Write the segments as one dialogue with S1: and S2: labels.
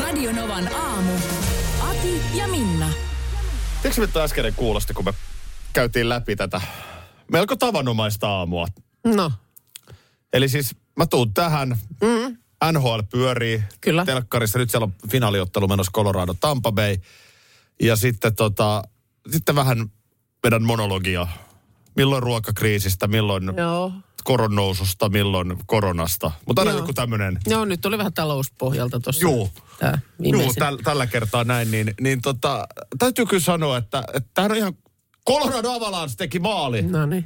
S1: Radionovan aamu. Ati ja Minna.
S2: Eikö mitä äskeinen kuulosti, kun me käytiin läpi tätä melko tavanomaista aamua?
S3: No,
S2: Eli siis mä tuun tähän, mm. NHL pyörii
S3: Mm-hmm. Kyllä.
S2: telkkarissa, nyt siellä on finaaliottelu menossa Colorado Tampa Bay. Ja sitten, tota, sitten vähän vedän monologia. Milloin ruokakriisistä, milloin
S3: joo.
S2: koron noususta, milloin koronasta. Mutta aina
S3: Joo.
S2: joku tämmöinen
S3: Joo, nyt oli vähän talouspohjalta tuossa.
S2: Juu.
S3: Tää
S2: Joo,
S3: viimeisin.
S2: täl, tällä kertaa näin, niin, niin tota, täytyy kyllä sanoa, että, että tämähän on ihan... Colorado Avalanche teki maali.
S3: No niin.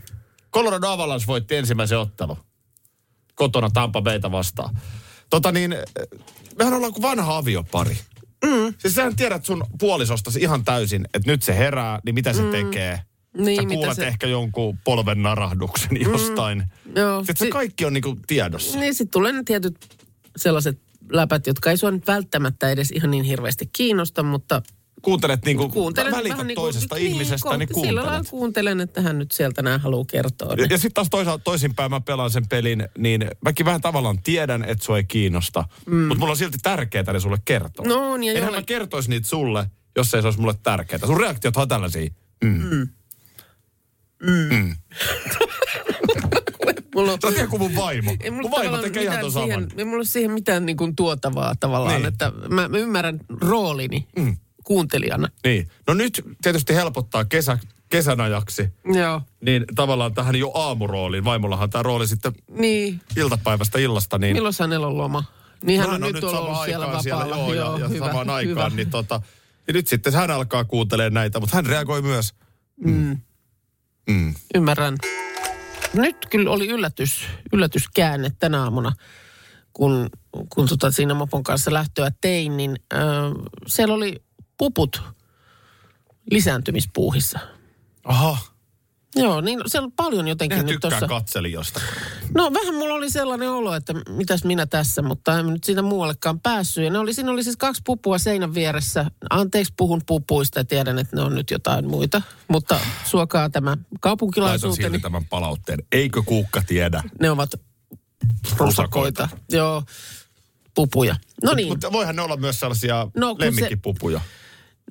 S2: Colorado Avalanche voitti ensimmäisen ottelu. Kotona Tampa Bayta vastaan. Tota niin, mehän ollaan kuin vanha aviopari. Mm. Siis sähän tiedät sun puolisostasi ihan täysin, että nyt se herää, niin mitä se mm. tekee?
S3: Niin,
S2: Sä
S3: mitä
S2: kuulet
S3: se-
S2: ehkä jonkun polven narahduksen jostain.
S3: Joo.
S2: Sitten se
S3: No, Si-
S2: kaikki on niinku tiedossa.
S3: Niin sitten tulee ne tietyt sellaiset läpät, jotka ei sua nyt välttämättä edes ihan niin hirveästi kiinnosta, mutta
S2: Kuuntelet niinku,
S3: kuuntelen.
S2: välität
S3: niinku-
S2: toisesta ihmisestä, niin,
S3: kohta-
S2: kuuntelet.
S3: Sillä lailla kuuntelen, että hän nyt sieltä nämä haluaa kertoa. Niin
S2: Ja,
S3: Ne.
S2: ja sitten taas toisaalta toisinpäin mä pelaan sen pelin, niin mäkin vähän tavallaan tiedän, että sua ei kiinnosta. Mm. Mutta mulla on silti tärkeää ne sulle kertoa.
S3: No on, ja
S2: Enhän
S3: jollain-
S2: mä kertoisi niitä sulle, jos ei se olisi mulle tärkeää. Sun reaktiot on tällaisia.
S3: Mulla on,
S2: Sä oot ihan kuin mun vaimo.
S3: ei mulla
S2: mun vaimo
S3: tavallaan
S2: tekee ihan
S3: mitään
S2: ton
S3: siihen,
S2: saman.
S3: Ei mulla ole siihen mitään niin kuin tuotavaa tavallaan,
S2: Niin.
S3: niin. että mä, mä ymmärrän roolini mm. kuuntelijana.
S2: Niin. No nyt tietysti helpottaa kesä, kesän ajaksi.
S3: Joo,
S2: Niin tavallaan tähän jo aamurooliin. Vaimollahan tämä rooli sitten
S3: niin.
S2: iltapäivästä illasta. Niin
S3: Milloin hänellä on loma? Niin hän
S2: Mä
S3: on nyt ollut
S2: samaan
S3: siellä
S2: aikaan
S3: vapaalla.
S2: joo, ja, ja
S3: hyvä,
S2: samaan aikaan,
S3: hyvä.
S2: niin tota, ja nyt sitten hän alkaa kuuntelemaan näitä, mutta hän reagoi myös.
S3: Ymmärrän. Nyt kyllä oli yllätys, yllätyskäänne tänä aamuna, kun, kun tota siinä Mopon kanssa lähtöä tein, niin äh, siellä oli puput lisääntymispuuhissa.
S2: Aha,
S3: Joo, niin siellä on paljon jotenkin
S2: nehän
S3: nyt
S2: tykkää
S3: tuossa.
S2: katselijosta.
S3: No vähän mulla oli sellainen olo, että mitäs minä tässä, mutta en mä nyt siitä muuallekaan päässyt. Ja ne oli, siinä oli siis kaksi pupua seinän vieressä. Anteeksi, puhun pupuista ja tiedän, että ne on nyt jotain muita. Mutta suokaa tämä
S2: Laitan
S3: kaupunkilaisuuteni.
S2: silti tämän palautteen. Eikö kuukka tiedä?
S3: Ne ovat rusakoita. Joo, pupuja. No niin,
S2: Mutta voihan ne olla myös sellaisia
S3: No,
S2: no,
S3: kun se-
S2: lemmikkipupuja.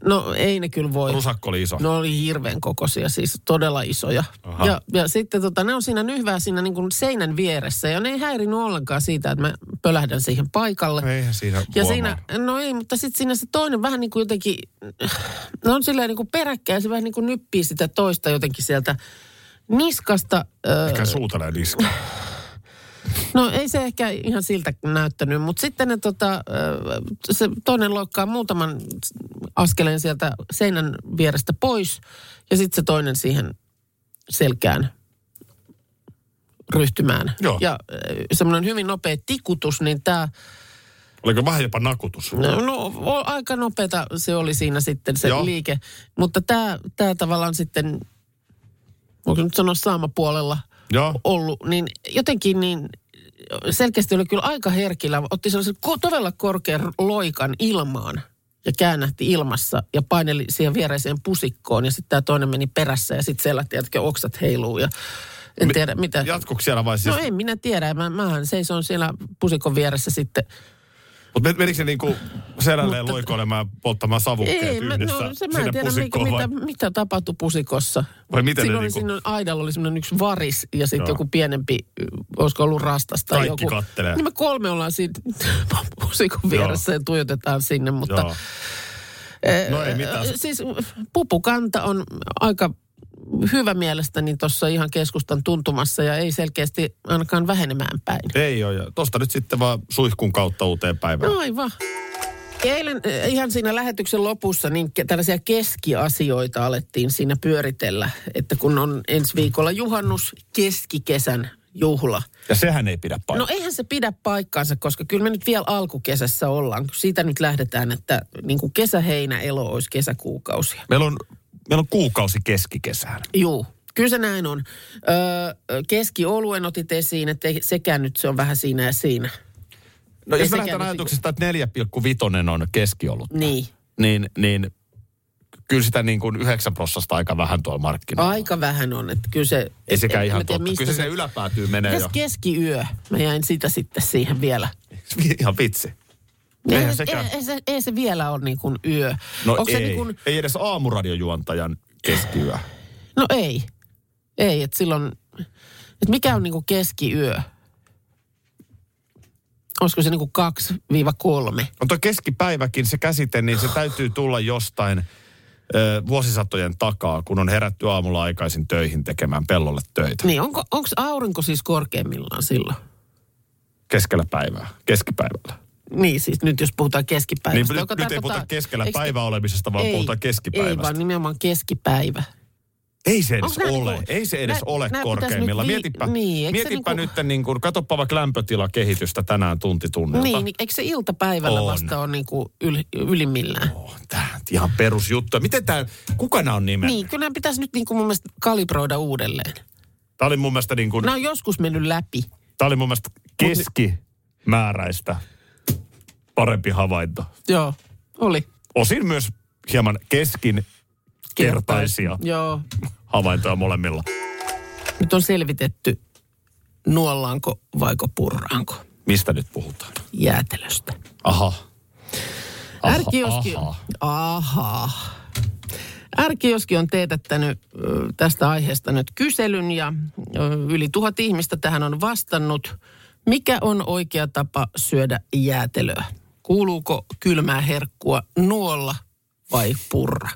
S3: no ei ne kyllä voi. No.
S2: Rusakko oli iso.
S3: Ne oli hirveän kokoisia, siis todella isoja.
S2: Aha.
S3: Ja, ja sitten tota, ne on siinä nyhvää siinä niin kuin seinän vieressä ja ne ei häirinyt ollenkaan siitä, että mä pölähdän siihen paikalle.
S2: Eihän siinä
S3: Ja
S2: huomaa.
S3: siinä, no ei, mutta sitten siinä se toinen vähän niin kuin jotenkin, ne on silleen niin kuin peräkkäin, se vähän niin kuin nyppii sitä toista jotenkin sieltä niskasta. Ö,
S2: Ehkä suutelee niskaa.
S3: No ei se ehkä ihan siltä näyttänyt, mutta sitten ne, tota, ö, se toinen loikkaa muutaman askeleen sieltä seinän vierestä pois ja sitten se toinen siihen selkään ryhtymään.
S2: Joo.
S3: Ja ö, semmoinen hyvin nopea tikutus, niin tämä
S2: Oliko vähän jopa nakutus?
S3: No, no o- aika nopeata se oli siinä sitten se
S2: Joo.
S3: Joo. liike. Mutta tämä tää tavallaan sitten, voiko nyt sanoa saamapuolella
S2: Joo.
S3: ollut, niin jotenkin niin selkeästi oli kyllä aika herkillä. Otti sellaisen ko- todella korkean loikan ilmaan ja käännähti ilmassa ja paineli siihen viereiseen pusikkoon. Ja sitten tämä toinen meni perässä ja sitten siellä, tiedätkö, oksat heiluu ja en
S2: Mi-
S3: tiedä mitä.
S2: Jatkuuko siellä vai siis?
S3: No en minä tiedä, mä, mähän seison siellä pusikon vieressä sitten
S2: Mutta menikö se niinku selälleen loikoilemaan ja polttamaan savukkeet
S3: Ei, mä,
S2: yhdessä
S3: no, se mä
S2: sinne
S3: en tiedä, mikä,
S2: pusikkoon vai?
S3: mitä, mitä tapahtui pusikossa.
S2: Vai miten ne
S3: Siinä oli,
S2: niinku-
S3: siinä aidalla oli semmoinen yksi varis ja sitten
S2: Joo.
S3: joku pienempi, olisiko ollut rastas tai
S2: Kaikki
S3: joku.
S2: kattelee.
S3: Niin me kolme ollaan siinä pusikon vieressä ja tuijotetaan sinne, mutta...
S2: Joo.
S3: eh,
S2: No ei mitään.
S3: eh, Siis pupukanta on aika hyvä mielestäni tuossa ihan keskustan tuntumassa ja ei selkeästi ainakaan vähenemään päin.
S2: Ei ole. ja Tosta nyt sitten vaan suihkun kautta uuteen päivään.
S3: No aivan. Eilen eh, ihan siinä lähetyksen lopussa niin ke- tällaisia keskiasioita alettiin siinä pyöritellä, että kun on ensi viikolla juhannus keskikesän juhla.
S2: Ja sehän ei pidä
S3: No
S2: paikkaa.
S3: eihän se pidä paikkaansa, koska kyllä me nyt vielä alkukesässä ollaan. kun Siitä nyt lähdetään, että niin kuin kesä, heinä, elo olisi kesäkuukausia.
S2: Meillä on, meillä on kuukausi keskikesään.
S3: Juu, kyllä se näin on. Öö, keskioluen otit esiin, että ei- sekään nyt se on vähän siinä ja siinä.
S2: No
S3: Ja
S2: jos me
S3: sekä
S2: lähdetään
S3: nyt-
S2: ajatuksesta, että 4,5 on keskiolut,
S3: Niin,
S2: niin, niin kyllä sitä niin kuin 9 prossasta aika vähän tuolla markkinoilla.
S3: aika vähän on. Että kyllä se,
S2: Ei sekään
S3: en- en mä
S2: ihan
S3: tiedä,
S2: totta.
S3: mistä
S2: Kyllä se, se yläpäätyy menee
S3: Mitäs
S2: jo.
S3: keskiyö? Mä jäin sitä sitten siihen vielä.
S2: ihan vitsi. Eihän
S3: Eihän,
S2: sekään-
S3: eihän, ei, se, ei se vielä ole niin kuin yö.
S2: No
S3: Onko
S2: ei.
S3: Se niin kuin,
S2: ei edes aamuradiojuontajan keskiyö.
S3: no ei. Ei, että silloin... Et mikä on niin kuin keskiyö? Olisiko se niin kuin 2-3?
S2: On tuo keskipäiväkin se käsite, niin se täytyy tulla jostain ö, vuosisatojen takaa, kun on herätty aamulla aikaisin töihin tekemään pellolle töitä.
S3: Niin, onko onks aurinko siis korkeimmillaan silloin?
S2: Keskellä päivää, keskipäivällä.
S3: Niin siis, nyt jos puhutaan
S2: Niin,
S3: keskipäivästä.
S2: nyt,
S3: joka
S2: nyt ei puhuta
S3: tarkoittaa-
S2: keskellä
S3: tota- eikö-
S2: päivää olemisesta, vaan
S3: ei,
S2: puhutaan keskipäivästä.
S3: Ei, vaan nimenomaan keskipäivä.
S2: Ei se edes
S3: Onks nää
S2: ole.
S3: niinku-
S2: ei se edes
S3: nää-
S2: ole
S3: nää pitäis
S2: korkeimmilla.
S3: nyt vii-
S2: mietipä
S3: niin, eikö se
S2: mietipä
S3: niinku-
S2: nyt, niin kuin, katoppa vaikka lämpötilakehitystä tänään tunti tunnilta.
S3: Niin, niin, eikö se iltapäivällä
S2: On.
S3: vasta ole niin kuin yl, ylimmillään?
S2: Oh, tää nyt ihan perusjuttu. Miten tämä, kuka nämä on nimennyt?
S3: Niin, kyllä nämä pitäisi nyt niin kuin mun mielestä kalibroida uudelleen.
S2: Tämä oli mun mielestä, niin kuin,
S3: Nämä on joskus mennyt läpi.
S2: tää oli mun mielestä keskimääräistä parempi havainto.
S3: Joo, oli.
S2: Osin myös hieman keskinkertaisia
S3: Joo.
S2: havaintoja molemmilla.
S3: Nyt on selvitetty, nuollaanko vaiko purraanko
S2: Mistä nyt puhutaan?
S3: jäätelöstä.
S2: Aha. Aha,
S3: Ärkioski,
S2: aha.
S3: aha. Ärkioski on teetättänyt ö, tästä aiheesta nyt kyselyn ja ö, yli tuhat ihmistä tähän on vastannut. Mikä on oikea tapa syödä jäätelöä? Kuuluuko kylmää herkkua nuolla vai purra?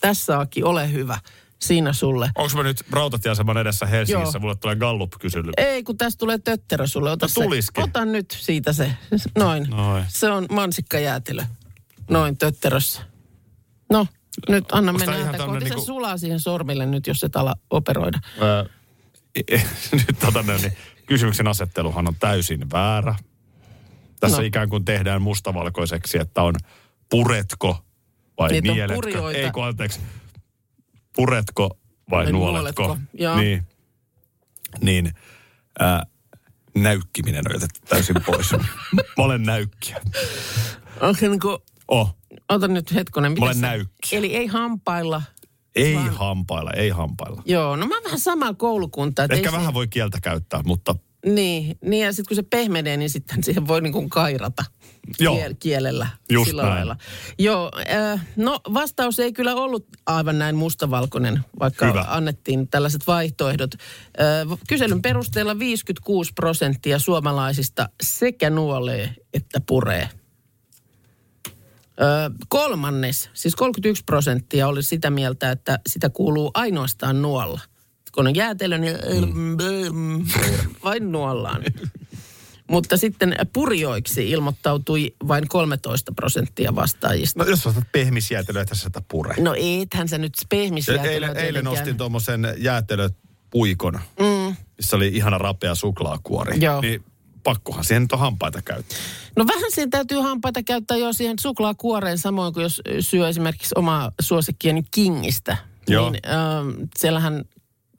S3: Tässä Aki, ole hyvä. Siinä sulle.
S2: Onko mä nyt rautatieaseman edessä Helsingissä?
S3: Joo.
S2: Mulle tulee Gallup-kysely.
S3: Ei, kun tässä tulee tötterö sulle. Ota,
S2: No
S3: se.
S2: tulisikin.
S3: Ota nyt siitä se. Noin.
S2: Noin.
S3: Se on mansikkajäätelö. Noin tötterössä. No, nyt anna
S2: tää
S3: mennä
S2: ihan
S3: ääntä.
S2: tämmönen
S3: Niin
S2: niinku-
S3: kuin... sulaa siihen sormille nyt, jos et ala operoida.
S2: Öö, nyt tota noin, niin kysymyksen asetteluhan on täysin väärä. Tässä
S3: No.
S2: no. ikään kuin tehdään mustavalkoiseksi, että on puretko vai
S3: Niitä on
S2: mieletkö.
S3: purjoita.
S2: Ei kun anteeksi, puretko vai,
S3: Vai
S2: nuoletko.
S3: nuoletko, joo.
S2: Niin, niin ää, näykkiminen on jätetty täysin pois. Mä olen näykkiä.
S3: Onko niin kuin...
S2: Oh,
S3: Ota nyt hetkonen. mikä
S2: Mulle
S3: se-
S2: näykki.
S3: Eli ei hampailla.
S2: ei hampailla, ei hampailla.
S3: Joo, no mä oon vähän samaa koulukuntaa. että
S2: Ehkä
S3: ei
S2: vähän voi kieltä käyttää, mutta
S3: Se, niin, niin, ja sitten kun se pehmenee, niin sitten siihen voi niin kuin kairata.
S2: Joo.
S3: Kiel- kielellä.
S2: Just
S3: sillä
S2: näin.
S3: lailla. Joo, äh, no vastaus ei kyllä ollut aivan näin mustavalkoinen, vaikka
S2: Hyvä.
S3: annettiin tällaiset vaihtoehdot. Äh, kyselyn perusteella 56 prosenttia suomalaisista sekä nuolee että puree. Ö, kolmannes, siis 31 prosenttia oli sitä mieltä, että sitä kuuluu ainoastaan nuolla. Kun on jäätelö, niin mm. vain nuollaan. Mutta sitten purjoiksi ilmoittautui vain 13 prosenttia vastaajista.
S2: no, jos otat pehmisjäätelöä, tässä sitä pure.
S3: No ethän sä nyt pehmisjäätelöä
S2: E- Eilen, eilen
S3: tietenkään.
S2: ostin tuommoisen jäätelöpuikon, mm. missä oli ihana rapea suklaakuori.
S3: Joo.
S2: Niin pakkohan siihen nyt on hampaita käyttää.
S3: No vähän siinä täytyy hampaita käyttää jo siihen suklaakuoreen, samoin kuin jos syö esimerkiksi omaa suosikkieni Kingistä.
S2: Joo.
S3: Niin, ähm, siellähän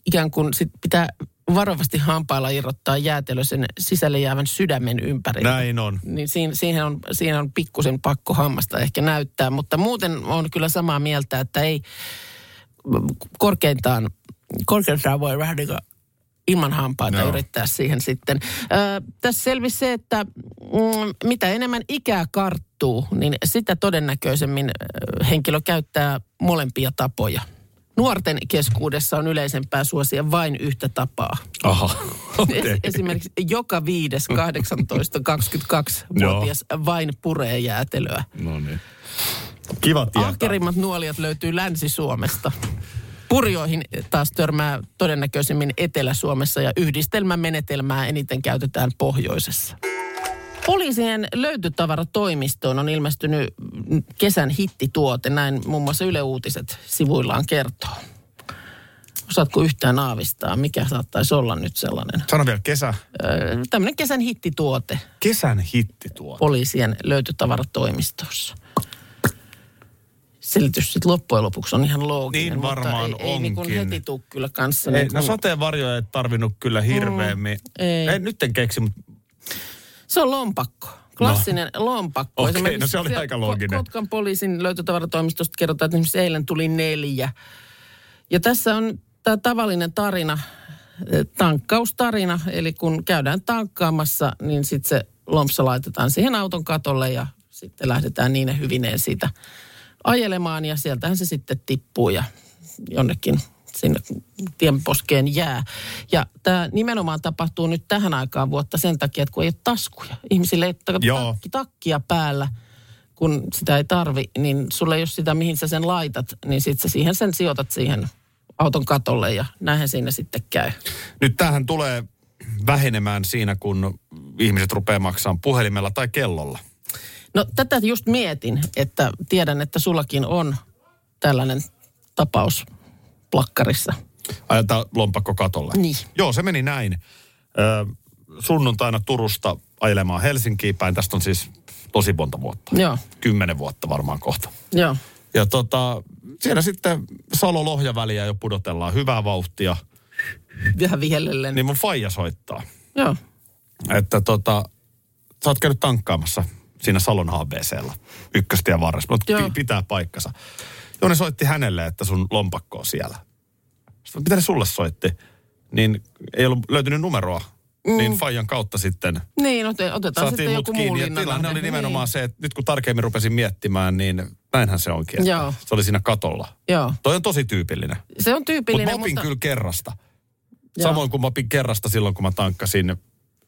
S3: ikään kuin sit pitää varovasti hampailla irrottaa jäätelö sen sisälle jäävän sydämen ympärille.
S2: Näin on.
S3: Niin siinä, siihen on, siinä on pikkusen pakko hammasta ehkä näyttää, mutta muuten on kyllä samaa mieltä, että ei korkeintaan, korkeintaan voi vähän niin kuin ilman hampaita
S2: Joo.
S3: no. yrittää siihen sitten. Ö, tässä selvisi se, että mm, mitä enemmän ikää karttuu, niin sitä todennäköisemmin ö, henkilö käyttää molempia tapoja. Nuorten keskuudessa on yleisempää suosia vain yhtä tapaa.
S2: Aha.
S3: Es, esimerkiksi joka viides 18-22-vuotias vain puree jäätelöä.
S2: no niin. Kiva tietää.
S3: Ahkerimmat nuolijat löytyy Länsi-Suomesta. Purjoihin taas törmää todennäköisemmin Etelä-Suomessa ja yhdistelmämenetelmää eniten käytetään pohjoisessa. Poliisien löytytavaratoimistoon on ilmestynyt mm, kesän hittituote, näin muun muassa Yle Uutiset sivuillaan kertoo. Osaatko yhtään aavistaa, mikä saattaisi olla nyt sellainen?
S2: Sano vielä kesä.
S3: Öö,
S2: Mm-hmm.
S3: tämmöinen kesän hittituote
S2: Kesän hitti tuo.
S3: poliisien löytötavaratoimistossa. Selitys sitten loppujen lopuksi on ihan looginen,
S2: Niin varmaan
S3: mutta ei, ei niin kuin
S2: onkin.
S3: heti tuu kyllä kanssa.
S2: Ei,
S3: niin
S2: no
S3: kuin-
S2: sateenvarjoja ei tarvinnut kyllä hirveämmin. Mm,
S3: ei.
S2: ei. nyt en keksi, mutta
S3: Se on lompakko. Klassinen no. lompakko.
S2: Okei,
S3: Esimerkiksi
S2: no se oli
S3: siellä
S2: aika
S3: Ko-
S2: looginen.
S3: Kotkan poliisin löytötavaratoimistosta kerrotaan, että esimerkiksi eilen tuli neljä. Ja tässä on tämä tavallinen tarina, eh, tankkaustarina. Eli kun käydään tankkaamassa, niin sitten se lompsa laitetaan siihen auton katolle ja sitten lähdetään niine hyvineen siitä ajelemaan. Ja sieltähän se sitten tippuu ja jonnekin sinne tienposkeen jää. Ja tämä nimenomaan tapahtuu nyt tähän aikaan vuotta sen takia, että kun ei ole taskuja. Ihmisillä ei ole
S2: Joo.
S3: takki, takkia päällä, kun sitä ei tarvi, niin sulle ei ole sitä, mihin sä sen laitat, niin sit sä siihen sen sijoitat siihen auton katolle ja näinhän siinä sitten käy.
S2: nyt tähän tulee vähenemään siinä, kun ihmiset rupeaa maksamaan puhelimella tai kellolla.
S3: No tätä just mietin, että tiedän, että sullakin on tällainen tapaus plakkarissa.
S2: Ajetaan lompakko katolle.
S3: Niin.
S2: Joo, se meni näin. Ö, sunnuntaina Turusta ajelemaan Helsinkiin päin. Tästä on siis tosi monta vuotta.
S3: Joo,
S2: Kymmenen vuotta varmaan kohta.
S3: joo.
S2: Ja tota, siellä sitten Salo-Lohja-väliä jo pudotellaan hyvää vauhtia.
S3: Vähän vihellellen. Niin.
S2: Niin mun faija soittaa,
S3: Joo,
S2: että tota, sä oot käynyt tankkaamassa siinä Salon HBCllä, ykköstien varressa. Mutta
S3: Joo.
S2: pi- pitää paikkansa. Joo, ne soitti hänelle, että sun lompakko on siellä. Sitten mitä ne sulle soitti? Niin ei ollut löytynyt numeroa. Mm. Niin faijan kautta sitten
S3: niin ote, otetaan
S2: saatiin
S3: sitten
S2: mut
S3: joku muu Niin.
S2: kiinni. Ja
S3: linnan
S2: tilanne oli
S3: lähde.
S2: nimenomaan se, että nyt kun tarkemmin rupesin miettimään, niin näinhän se onkin. että
S3: Joo.
S2: Se oli siinä katolla.
S3: Niin. Joo,
S2: Toi on tosi tyypillinen.
S3: se on
S2: Mutta
S3: tyypillinen,
S2: mä opin
S3: mutta...
S2: mutta... kyllä kerrasta.
S3: Joo.
S2: Joo. Samoin kuin mä opin kerrasta silloin, kun mä tankkasin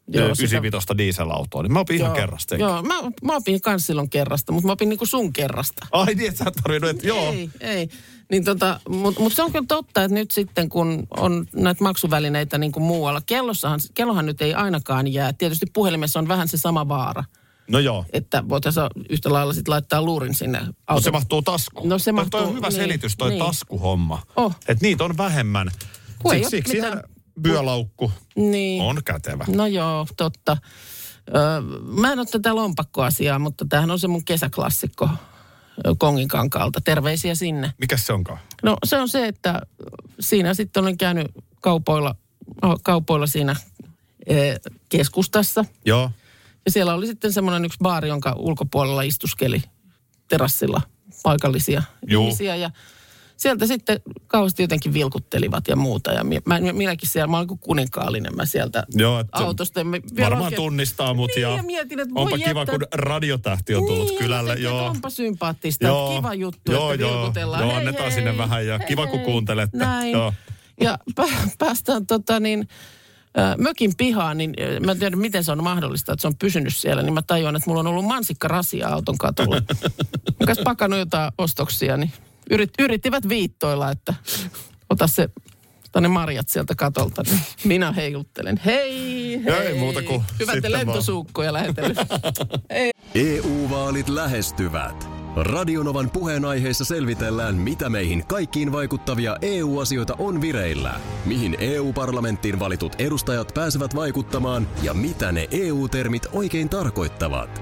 S3: Joo,
S2: Joo,
S3: sitä-
S2: 95 dieselautoa. Niin mä opin ihan kerrasta. eikä?
S3: Joo, mä, mä opin kans silloin kerrasta, mutta mä opin niinku sun kerrasta.
S2: Ai niin, et sä et tarvinnut, että joo.
S3: Ei, ei. Niin tota, mutta mut se on kyllä totta, että nyt sitten kun on näitä maksuvälineitä niin kuin muualla, kellossahan, kellohan nyt ei ainakaan jää. Tietysti puhelimessa on vähän se sama vaara,
S2: No joo.
S3: että voitaisiin yhtä lailla sitten laittaa luurin sinne
S2: Mutta se
S3: auton.
S2: mahtuu taskuun.
S3: No se
S2: Toi-
S3: mahtuu,
S2: Toi on hyvä
S3: niin,
S2: selitys, toi
S3: niin.
S2: niin. taskuhomma.
S3: Oh.
S2: Että niitä on vähemmän.
S3: Kun ei oo
S2: siksi siksi
S3: mitään-
S2: ihan byölaukku
S3: Niin.
S2: on kätevä.
S3: No joo, totta. Öö, mä en ole tätä lompakkoasiaa, mutta tämähän on se mun kesäklassikko ö, Konginkankaalta. Terveisiä sinne.
S2: Mikäs se onkaan?
S3: No se on se, että siinä sitten olen käynyt kaupoilla, no, kaupoilla siinä eh, keskustassa.
S2: Joo.
S3: Ja siellä oli sitten semmoinen yksi baari, jonka ulkopuolella istuskeli terassilla paikallisia
S2: Juu.
S3: ihmisiä. Ja sieltä sitten kauheasti jotenkin vilkuttelivat ja muuta. Ja mi- mä, minäkin siellä, mä olin kuin kuninkaallinen mä sieltä
S2: Joo, että
S3: autosta. Ja me- vielä
S2: Varmaan
S3: oikein-
S2: tunnistaa mut
S3: Niin,
S2: ja,
S3: ja mietin, että voi
S2: onpa kiva,
S3: jättää-
S2: kun radiotähti on tullut
S3: niin,
S2: kylälle.
S3: jotenkin, että
S2: Joo.
S3: Onpa sympaattista, joo, kiva juttu, joo, että vilkutellaan.
S2: Joo,
S3: Hei,
S2: annetaan
S3: hei,
S2: sinne vähän ja
S3: hei,
S2: kiva, kun
S3: hei.
S2: kuuntelette.
S3: Näin.
S2: Joo.
S3: Ja pä- päästään tota niin, ö, mökin pihaan, niin ö, mä en tiedä, miten se on mahdollista, että se on pysynyt siellä, niin mä tajuan, että mulla on ollut mansikkarasia auton katolla. mä kanssa pakannut jotain ostoksia, niin yrit, yrittivät viittoilla, että ota se tänne marjat sieltä katolta, niin minä heiluttelen. Hei,
S2: No
S3: hei.
S2: ei muuta kuin
S3: Hyvä, että
S2: sitten vaan.
S3: lentosuukkoja lähetellyt.
S4: EU-vaalit E lähestyvät. Radionovan puheenaiheessa selvitellään, mitä meihin kaikkiin vaikuttavia EU-asioita on vireillä, mihin EU-parlamenttiin valitut edustajat pääsevät vaikuttamaan ja mitä ne EU-termit oikein tarkoittavat.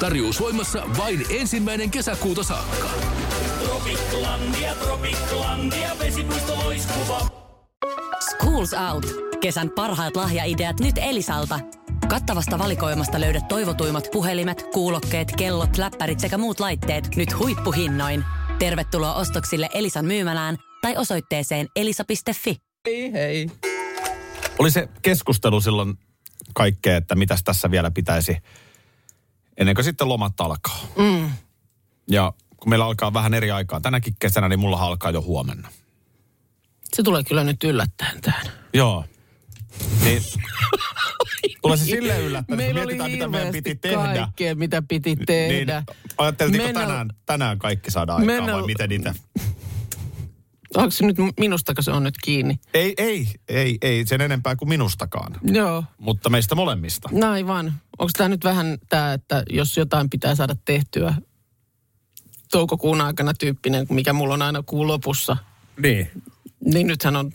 S5: Tarjous voimassa vain ensimmäinen kesäkuuta saakka.
S6: Schools Out. Kesän parhaat lahjaideat nyt Elisalta. Kattavasta valikoimasta löydät toivotuimmat puhelimet, kuulokkeet, kellot, läppärit sekä muut laitteet nyt huippuhinnoin. Tervetuloa ostoksille Elisan myymälään tai osoitteeseen elisa.fi.
S3: hei, hei.
S2: Oli se keskustelu silloin kaikkea, että mitäs tässä vielä pitäisi ennen kuin sitten lomat alkaa. Mm. Ja kun meillä alkaa vähän eri aikaa tänäkin kesänä, niin mulla alkaa jo huomenna. No
S3: Se tulee kyllä nyt yllättäen tähän.
S2: Joo. Niin, tulee se silleen yllättäen, kun
S3: Meillä oli
S2: mietitään, mitä meidän piti
S3: hirveästi
S2: tehdä.
S3: kaikkea, mitä piti
S2: Niin,
S3: tehdä.
S2: ajattelitko
S3: Mennä-
S2: tänään, tänään kaikki saadaan aikaan
S3: Mennä-
S2: vai miten niitä?
S3: Onko se nyt minustako se on nyt kiinni?
S2: Ei, ei, ei, ei sen enempää kuin minustakaan,
S3: Joo.
S2: mutta meistä molemmista.
S3: No aivan. Onko tämä nyt vähän tämä, että jos jotain pitää saada tehtyä toukokuun aikana tyyppinen, mikä mulla on aina kuun lopussa,
S2: Niin.
S3: niin nythän on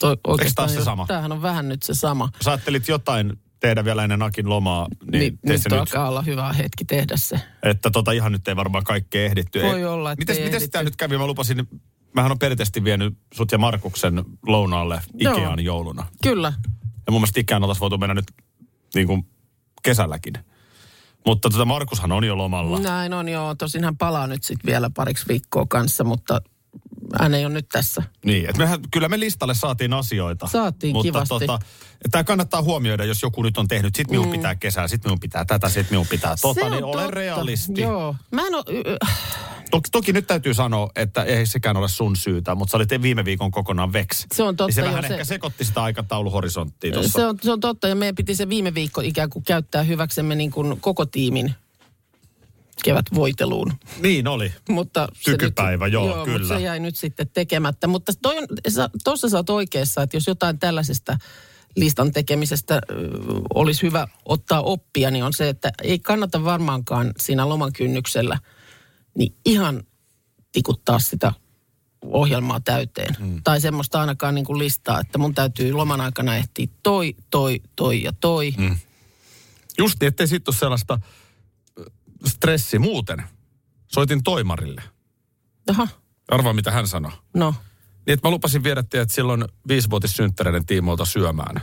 S3: toi oikeastaan...
S2: taas se
S3: jo-
S2: sama?
S3: Tämähän on vähän nyt se sama.
S2: Sä ajattelit jotain tehdä vielä ennen Akin lomaa, niin,
S3: Niin,
S2: tee
S3: nyt,
S2: se
S3: nyt alkaa olla hyvä hetki tehdä se.
S2: Että tota ihan nyt ei varmaan kaikkea ehditty.
S3: Voi
S2: Ei-
S3: olla, että
S2: Mites,
S3: ei
S2: mites
S3: ehditty.
S2: tämä nyt kävi? Mä lupasin, mähän on perinteisesti vienyt sut ja Markuksen lounaalle
S3: Joo.
S2: Ikeaan jouluna.
S3: Kyllä.
S2: Ja mun mielestä Ikeaan oltaisiin voitu mennä nyt niin kuin kesälläkin. Mutta tota Markushan on jo lomalla.
S3: Näin on joo. Tosin hän palaa nyt sitten vielä pariksi viikkoa kanssa, mutta hän ei ole nyt tässä.
S2: Niin, et mehän, kyllä me listalle saatiin asioita.
S3: Saatiin
S2: mutta
S3: kivasti.
S2: Tota, tämä kannattaa huomioida, jos joku nyt on tehnyt, sit minun pitää kesää, sit minun pitää tätä, sit minun pitää tota,
S3: Mm. on
S2: niin ole realisti.
S3: Joo. Mä en ole,
S2: Toki, toki nyt täytyy sanoa, että ei sekään ole sun syytä, mutta sä olit viime viikon kokonaan veksi.
S3: Se on totta,
S2: Niin se
S3: joo,
S2: vähän
S3: se-
S2: ehkä sekoitti sitä aikatauluhorisonttia tuossa.
S3: Se on, se on totta, ja meidän piti se viime viikko ikään kuin käyttää hyväksemme niin kuin koko tiimin kevätvoiteluun.
S2: Niin oli.
S3: Mutta se
S2: Tykypäivä,
S3: nyt,
S2: joo,
S3: joo
S2: kyllä.
S3: Mutta se jäi nyt sitten tekemättä. Mutta toi on, sä- tuossa sä oot oikeassa, että jos jotain tällaisesta listan tekemisestä ö, olisi hyvä ottaa oppia, niin on se, että ei kannata varmaankaan siinä loman kynnyksellä niin ihan tikuttaa sitä ohjelmaa täyteen.
S2: Mm.
S3: Hmm. Tai semmoista ainakaan niin kuin listaa, että mun täytyy loman aikana ehtiä toi, toi, toi ja toi.
S2: Mm.
S3: Hmm.
S2: Just niin, ettei sit ole sellaista ö, stressi muuten. Soitin toimarille.
S3: Aha,
S2: Arvaa, mitä hän sanoi.
S3: no,
S2: Niin, että mä lupasin viedä teidät silloin viisivuotissynttäreiden tiimoilta syömään.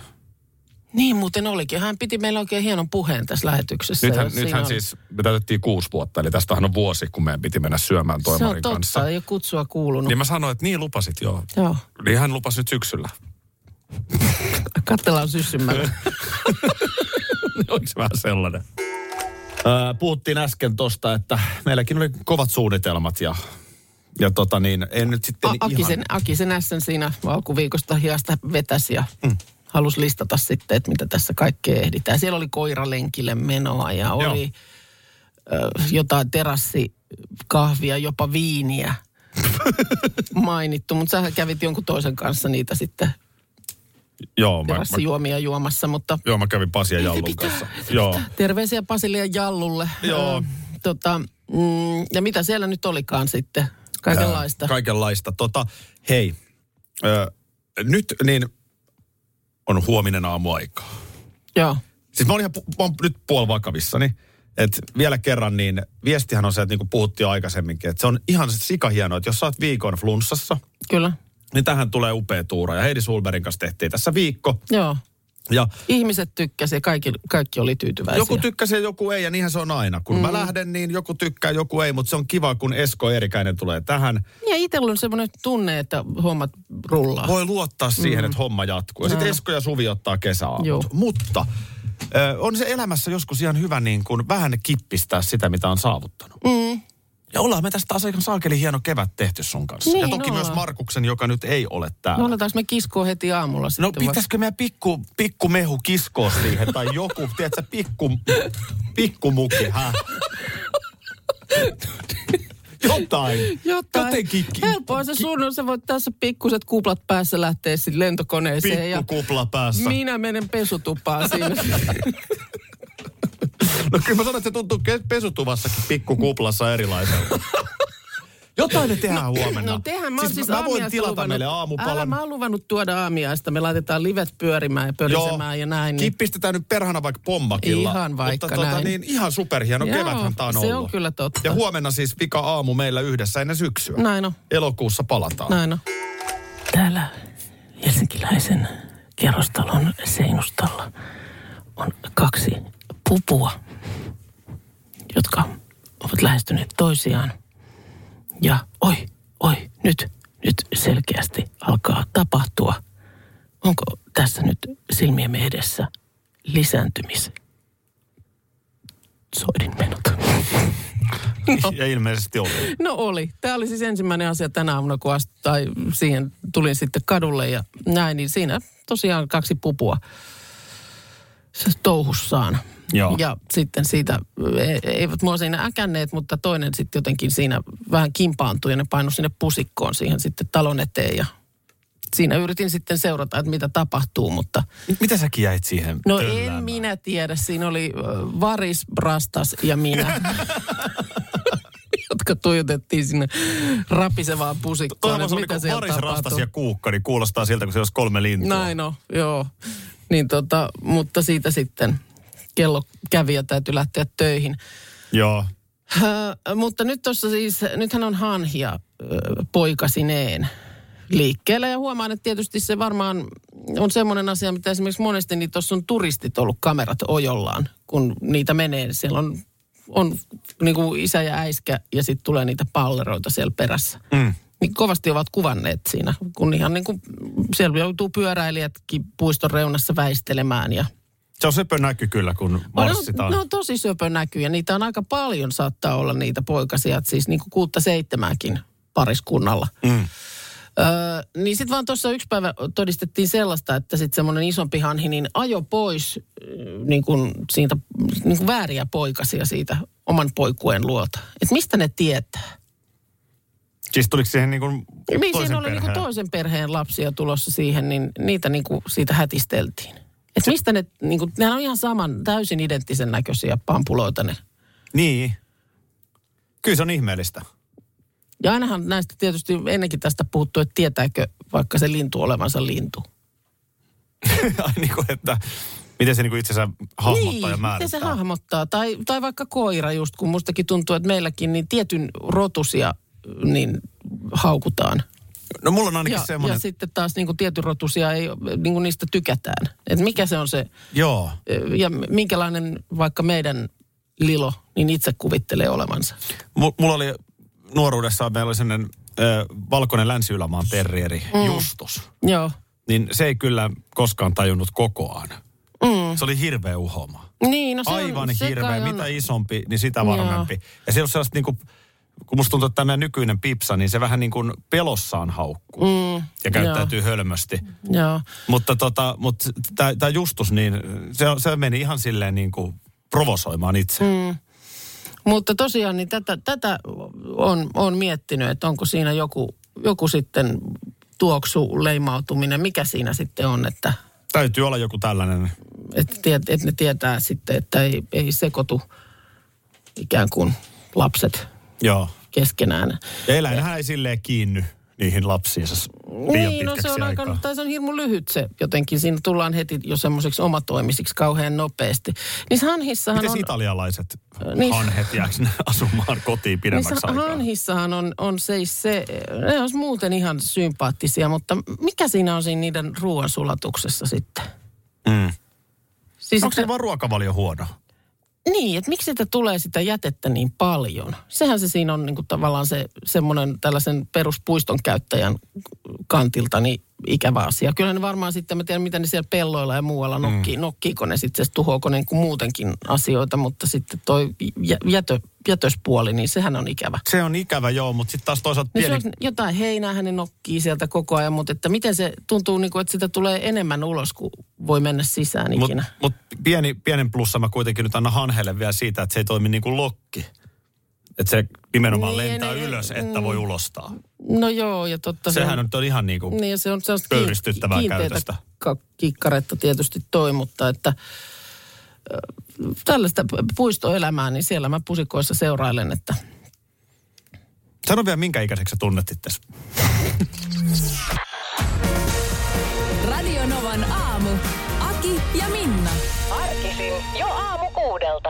S3: niin muuten olikin. Hän piti meillä oikein hienon puheen tässä lähetyksessä.
S2: Nythän,
S3: ja siinä
S2: nythän
S3: oli-
S2: siis, me täytettiin kuusi vuotta, eli tästähän on vuosi, kun meidän piti mennä syömään
S3: Se on
S2: toimarin
S3: totta,
S2: kanssa.
S3: ei ole kutsua kuulunut.
S2: Niin mä sanoin, että niin lupasit, joo.
S3: Joo,
S2: Niin hän lupasi nyt syksyllä.
S3: katsellaan syssymällä.
S2: Onko se vähän sellainen? Öö, puhuttiin äsken tosta, että meilläkin oli kovat suunnitelmat ja, ja tota niin, en nyt sitten
S3: A- Akisen, Akisen S:n siinä alkuviikosta hiasta vetäsi ja mm. halusi listata sitten, että mitä tässä kaikkea ehditään. Siellä oli koiralenkille menoa ja oli ö, jotain terassikahvia, jopa viiniä mainittu. Mutta sähän kävit jonkun toisen kanssa niitä sitten
S2: Joo, mä, mä,
S3: terassijuomia juomassa, mutta
S2: joo, mä kävin Pasi ja Jallun kanssa. Joo.
S3: terveisiä Pasille ja Jallulle.
S2: Joo.
S3: Ö, Tota, mm, ja mitä siellä nyt olikaan sitten? Kaikenlaista.
S2: Ää, Kaikenlaista. Tota, hei, öö, nyt niin on huominen aamuaikaa.
S3: Joo.
S2: Siis mä olin ihan, pu- mä oon nyt puol vakavissani. Et vielä kerran, niin viestihän on se, että niin kuin puhuttiin jo aikaisemminkin, että se on ihan sikahienoa, että jos sä oot viikon flunssassa,
S3: Kyllä,
S2: niin tähän tulee upea tuura. Ja Heidi Sulberin kanssa tehtiin tässä viikko.
S3: joo.
S2: Ja
S3: Ihmiset tykkäsi ja kaikki, kaikki oli tyytyväisiä.
S2: joku tykkäsi ja joku ei, ja niinhän se on aina. Kun mm. mä lähden, niin joku tykkää, joku ei, mutta se on kiva, kun Esko Eerikäinen tulee tähän.
S3: ja itsellä on semmoinen tunne, että hommat rullaa.
S2: Voi luottaa siihen, mm. että homma jatkuu. Ja sitten Esko ja Suvi ottaa
S3: Joo.
S2: kesäaamut. Mutta ö, on se elämässä joskus ihan hyvä niin kuin vähän kippistää sitä, mitä on saavuttanut. Mm. Ja ollaan me tästä taas ihan saakeli hieno kevät tehty sun kanssa.
S3: Niin,
S2: ja toki
S3: ollaan.
S2: myös Markuksen, joka nyt ei ole täällä.
S3: No annetaanko me kiskoa heti aamulla
S2: No
S3: sitten? vai?
S2: pitäisikö meidän pikku, pikku mehu kiskoa siihen tai joku, tiedätkö, pikku, pikkumuki, hä? Jotain.
S3: Jotain.
S2: Jotenkin. ki-
S3: Helpoa se sun on, sä voit tässä pikkuset kuplat päässä lähteä sitten lentokoneeseen. ja
S2: Pikkukupla päässä.
S3: minä menen pesutupaan siinä.
S2: No kyllä mä sanon, että se tuntuu ke- pesutuvassakin pikkukuplassa erilaiselta. Jotain me tehdään huomenna.
S3: No tehän, mä, oon
S2: siis
S3: siis
S2: mä voin
S3: aamiaista
S2: tilata
S3: luvannut-
S2: meille
S3: Älä,
S2: aamupalan.
S3: mä oon luvannut tuoda aamiaista. Me laitetaan livet pyörimään ja pörisemään ja näin. niin-
S2: Kippistetään nyt perhana vaikka pommakilla.
S3: Ihan vaikka
S2: Mutta tota,
S3: näin.
S2: niin ihan superhieno
S3: Joo,
S2: keväthän tää on
S3: se
S2: ollut.
S3: on kyllä totta.
S2: Ja huomenna siis pika aamu meillä yhdessä ennen syksyä.
S3: Näin on.
S2: Elokuussa palataan.
S3: Näin on. Täällä helsinkiläisen kerrostalon seinustalla on kaksi pupua, jotka ovat lähestyneet toisiaan. Ja oi, oi, nyt, nyt selkeästi alkaa tapahtua. Onko tässä nyt silmiemme edessä lisääntymis soidinmenot?
S2: Ja ilmeisesti oli.
S3: No oli. Tämä oli siis ensimmäinen asia tänä aamuna, kun ast- tai siihen tulin sitten kadulle ja näin, niin siinä tosiaan kaksi pupua se touhussaan.
S2: Joo.
S3: Ja sitten siitä, e- eivät mua siinä äkänneet, mutta toinen sitten jotenkin siinä vähän kimpaantui ja ne painu sinne pusikkoon siihen sitten talon eteen ja siinä yritin sitten seurata, että mitä tapahtuu, mutta
S2: Mitä säkin jäit siihen
S3: no en
S2: tölläämään?
S3: minä tiedä. Siinä oli ö, Varis, Brastas ja minä, jotka tuijotettiin sinne rapisevaan pusikkoon.
S2: Toivottavasti
S3: että
S2: on
S3: mitä
S2: niin
S3: siellä
S2: paris rastas
S3: tapahtuu.
S2: ja kuukka, niin kuulostaa siltä, kun se olisi kolme lintua.
S3: Näin on, joo. Niin tota, mutta siitä sitten kello kävi ja täytyy lähteä töihin.
S2: Joo.
S3: Öö, mutta nyt tuossa siis, nythän on hanhia öö, poikasineen liikkeellä ja huomaan, että tietysti se varmaan on semmoinen asia, mitä esimerkiksi monesti niin tuossa on turistit ollut kamerat ojollaan, kun niitä menee. Siellä on, on niin kuin isä ja äiskä ja sitten tulee niitä palleroita siellä perässä. Mm. Niin kovasti ovat kuvanneet siinä, kun ihan niin kuin siellä joutuu pyöräilijätkin puiston reunassa väistelemään ja
S2: Se on söpö näky kyllä, kun
S3: No,
S2: marssitaan.
S3: Ne on, ne on tosi söpönäkyjä. Niitä on aika paljon saattaa olla niitä poikasia, että siis niin kuin kuutta seitsemääkin pariskunnalla.
S2: Mm.
S3: Öö, niin sitten vaan tuossa yksi päivä todistettiin sellaista, että sitten semmoinen isompi hanhi niin ajo pois äh, niin kuin siitä, niin kuin vääriä poikasia siitä oman poikueen luota. Että mistä ne tietää?
S2: Siis tuliko siihen niin kuin toisen
S3: Niin siinä oli niin
S2: perheen?
S3: kuin toisen perheen lapsia tulossa siihen, niin niitä niin kuin siitä hätisteltiin. Et mistä ne, niin kuin, nehän on ihan saman, täysin identtisen näköisiä pampuloita ne
S2: Niin. Kyllä se on ihmeellistä.
S3: Ja ainahan näistä tietysti ennenkin tästä puhuttu, että tietääkö vaikka se lintu olevansa lintu.
S2: Ai niin kuin, että miten se niin kuin itsensä hahmottaa ja
S3: niin, miten
S2: määrittää.
S3: se hahmottaa? Tai, tai vaikka koira just, kun mustakin tuntuu, että meilläkin niin tietyn rotusia niin haukutaan.
S2: No mulla on ainakin
S3: Ja,
S2: semmoinen.
S3: ja sitten taas niin kuin tietyn rotusia ei, niin kuin niistä tykätään. Et mikä se on se,
S2: Joo.
S3: ja minkälainen vaikka meidän lilo, niin itse kuvittelee olevansa.
S2: M- mulla oli nuoruudessa, meillä oli sellainen ö, valkoinen länsi-ylämaan terrieri, mm. Justus.
S3: Joo.
S2: Niin se ei kyllä koskaan tajunnut kokoaan. Mm. Se oli hirveä uhoma.
S3: Niin, no se
S2: Aivan
S3: on, se kai
S2: hirveä.
S3: on-
S2: Mitä isompi, niin sitä varmempi. Ja se on sellaista niin kuin, kun musta tuntuu, että tämä nykyinen pipsa, niin se vähän niin kuin pelossaan haukkuu. Mm. Ja käyttäytyy Joo. hölmösti.
S3: Joo.
S2: Mutta tota, mut tämä Justus, niin se, se meni ihan silleen niin kuin provosoimaan itse. Mm.
S3: Mutta tosiaan niin tätä, tätä on, on miettinyt, että onko siinä joku, joku sitten tuoksu, leimautuminen, mikä siinä sitten on, että,
S2: Täytyy olla joku tällainen.
S3: että, tiet, että ne tietää sitten, että ei, ei sekoitu ikään kuin lapset
S2: Joo.
S3: keskenään.
S2: Ja eläinhän ei silleen kiinny niihin lapsiinsa s- liian
S3: Niin, no se
S2: pitkäksi
S3: on aika,
S2: aikaa.
S3: tai se on hirmu lyhyt se jotenkin. Siinä tullaan heti jo semmoiseksi omatoimisiksi kauhean nopeasti. Niissä hanhissahan
S2: Miten
S3: on...
S2: italialaiset
S3: Niin.
S2: niin. hanhet jääkö ne asumaan kotiin pidemmäksi
S3: Niissä
S2: aikaa?
S3: hanhissahan on, on se, se, ne olisi muuten ihan sympaattisia, mutta mikä siinä on siinä niiden ruoansulatuksessa sitten?
S2: Mm.
S3: Siis,
S2: Onko
S3: että,
S2: se vaan ruokavalio huono?
S3: Niin, että miksi sitä tulee sitä jätettä niin paljon? Sehän se siinä on niin kuin tavallaan se semmoinen tällaisen peruspuiston käyttäjän kantilta niin ikävä asia. Kyllä ne varmaan sitten, mä tiedän mitä ne siellä pelloilla ja muualla nokkii, mm. nokkiiko ne sitten, se tuhoako ne niin kuin muutenkin asioita, mutta sitten toi jä- jätö, jätöspuoli, niin sehän on ikävä.
S2: Se on ikävä joo, mutta sitten taas toisaalta
S3: Niin
S2: pieni...
S3: Pieni... se on jotain heinää hänen nokkii sieltä koko ajan, mutta että miten se tuntuu, niin kuin, että sitä tulee enemmän ulos kuin voi mennä sisään
S2: Mut,
S3: ikinä.
S2: mut pieni, pienen plussa mä kuitenkin nyt anna hanhelle vielä siitä, että se ei toimi niin kuin lokki. Että se nimenomaan
S3: Niin,
S2: niin, lentää
S3: niin,
S2: niin, ylös, että
S3: mm.
S2: voi ulostaa.
S3: No joo, ja totta. se
S2: Sehän nyt on ihan niin kuin...
S3: Niin, ja se on sellaista
S2: pöyristyttävää
S3: kiinteitä
S2: käytöstä.
S3: ka- kikkaretta tietysti toi, mutta että ö, tällaista pu- puistoelämää, niin siellä mä pusikoissa seurailen, että
S2: Sano vielä, minkä ikäiseksi sä tunnet itsesi.
S1: Radio Novan aamu. Aki ja Minna.
S7: Arkisin jo aamu kuudelta.